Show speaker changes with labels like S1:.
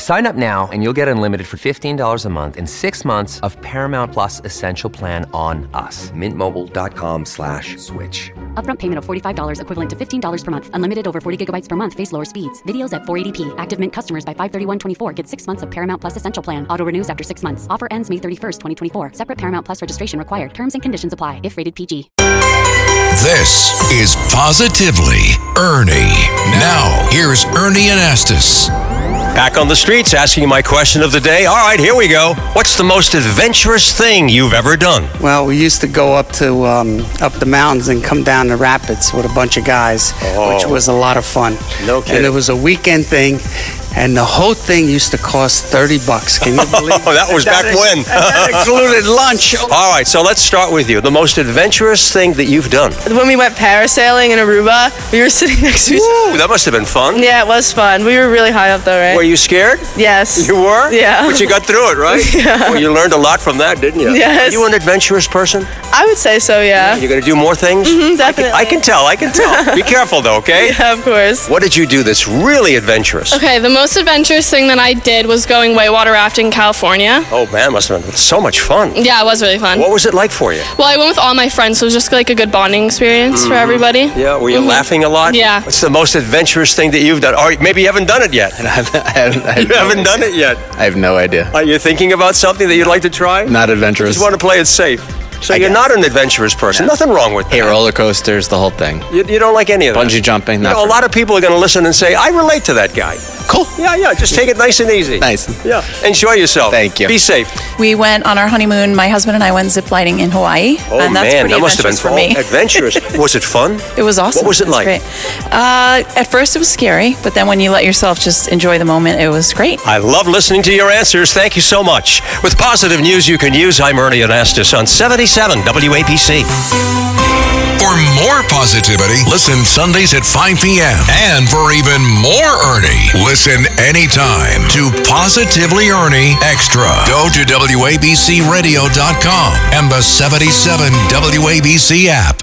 S1: Sign up now and you'll get unlimited for $15 a month and six months of Paramount Plus Essential Plan on us. Mintmobile.com slash switch.
S2: Upfront payment of $45 equivalent to $15 per month. Unlimited over 40 gigabytes per month. Face lower speeds. Videos at 480p. Active Mint customers by 531.24 get six months of Paramount Plus Essential Plan. Auto renews after six months. Offer ends May 31st, 2024. Separate Paramount Plus registration required. Terms and conditions apply if rated PG.
S3: This is Positively Ernie. Now, here's Ernie Anastas.
S4: Back on the streets asking my question of the day. All right, here we go. What's the most adventurous thing you've ever done?
S5: Well, we used to go up to um, up the mountains and come down the rapids with a bunch of guys, which was a lot of fun.
S4: Oh. No
S5: And it
S4: kidding.
S5: was a weekend thing, and the whole thing used to cost thirty bucks. Can you believe?
S4: Oh, that was back
S5: is-
S4: when.
S5: and that included lunch.
S4: All right, so let's start with you. The most adventurous thing that you've done.
S6: when we went parasailing in Aruba, we were sitting next to each other.
S4: Ooh, that must have been fun.
S6: Yeah, it was fun. We were really high up though, right?
S4: Were you scared?
S6: yes.
S4: You were?
S6: Yeah.
S4: But you got through it, right? Yeah. Well, you learned a lot from that, didn't you?
S6: Yes.
S4: Are you an adventurous person?
S6: I would say so, yeah.
S4: You're going to do more things? Mm-hmm,
S6: definitely.
S4: I can tell, I can tell. Be careful, though, okay?
S6: Yeah, of course.
S4: What did you do that's really adventurous?
S7: Okay, the most adventurous thing that I did was going whitewater rafting in California.
S4: Oh, man, must have been so much fun.
S7: Yeah, it was really fun.
S4: What was it like for you?
S7: Well, I went with all my friends, so it was just like a good bonding experience for everybody.
S4: Mm-hmm.
S7: Mm-hmm.
S4: Yeah, were
S8: Mm-hmm.
S4: you laughing a lot?
S7: Yeah.
S4: What's the most adventurous thing that you've done? Or maybe you haven't done it yet.
S9: I haven't, I haven't, I
S4: You haven't done it yet.
S9: I have no idea.
S4: Are you thinking about something that you'd like to try?
S9: Not
S4: You
S9: adventurous.
S4: just want to play it safe. So you're not an adventurous person. Nothing wrong with
S9: hey,
S4: that.
S9: roller coasters, the whole thing.
S4: You, you don't like any of that.
S9: Bungee jumping,
S4: You
S9: not
S4: know, a
S9: for
S4: lot of people are going to listen and say, "I relate to that guy."
S9: Cool.
S4: Yeah, yeah. Just take it nice and easy.
S9: Nice.
S4: Yeah. Enjoy yourself.
S9: Thank you.
S4: Be safe.
S8: We went on our honeymoon. My husband and I went ziplining in Hawaii,
S4: Oh
S8: and that's
S4: man,
S8: pretty
S4: that must have been
S8: adventurous for me.
S4: oh, adventurous. was it fun?
S8: It was awesome.
S4: What was it like?
S8: Great. Uh, at first, it was scary, but then when you let yourself just enjoy the moment, it was great.
S4: I love listening to your answers. Thank you so much. With positive news you can use, I'm Ernie Anastas on 77 WAPC.
S3: For more positivity, listen Sundays at 5 p.m. And for even more Ernie, listen anytime to Positively Ernie Extra. Go to WABCRadio.com and the 77 WABC app.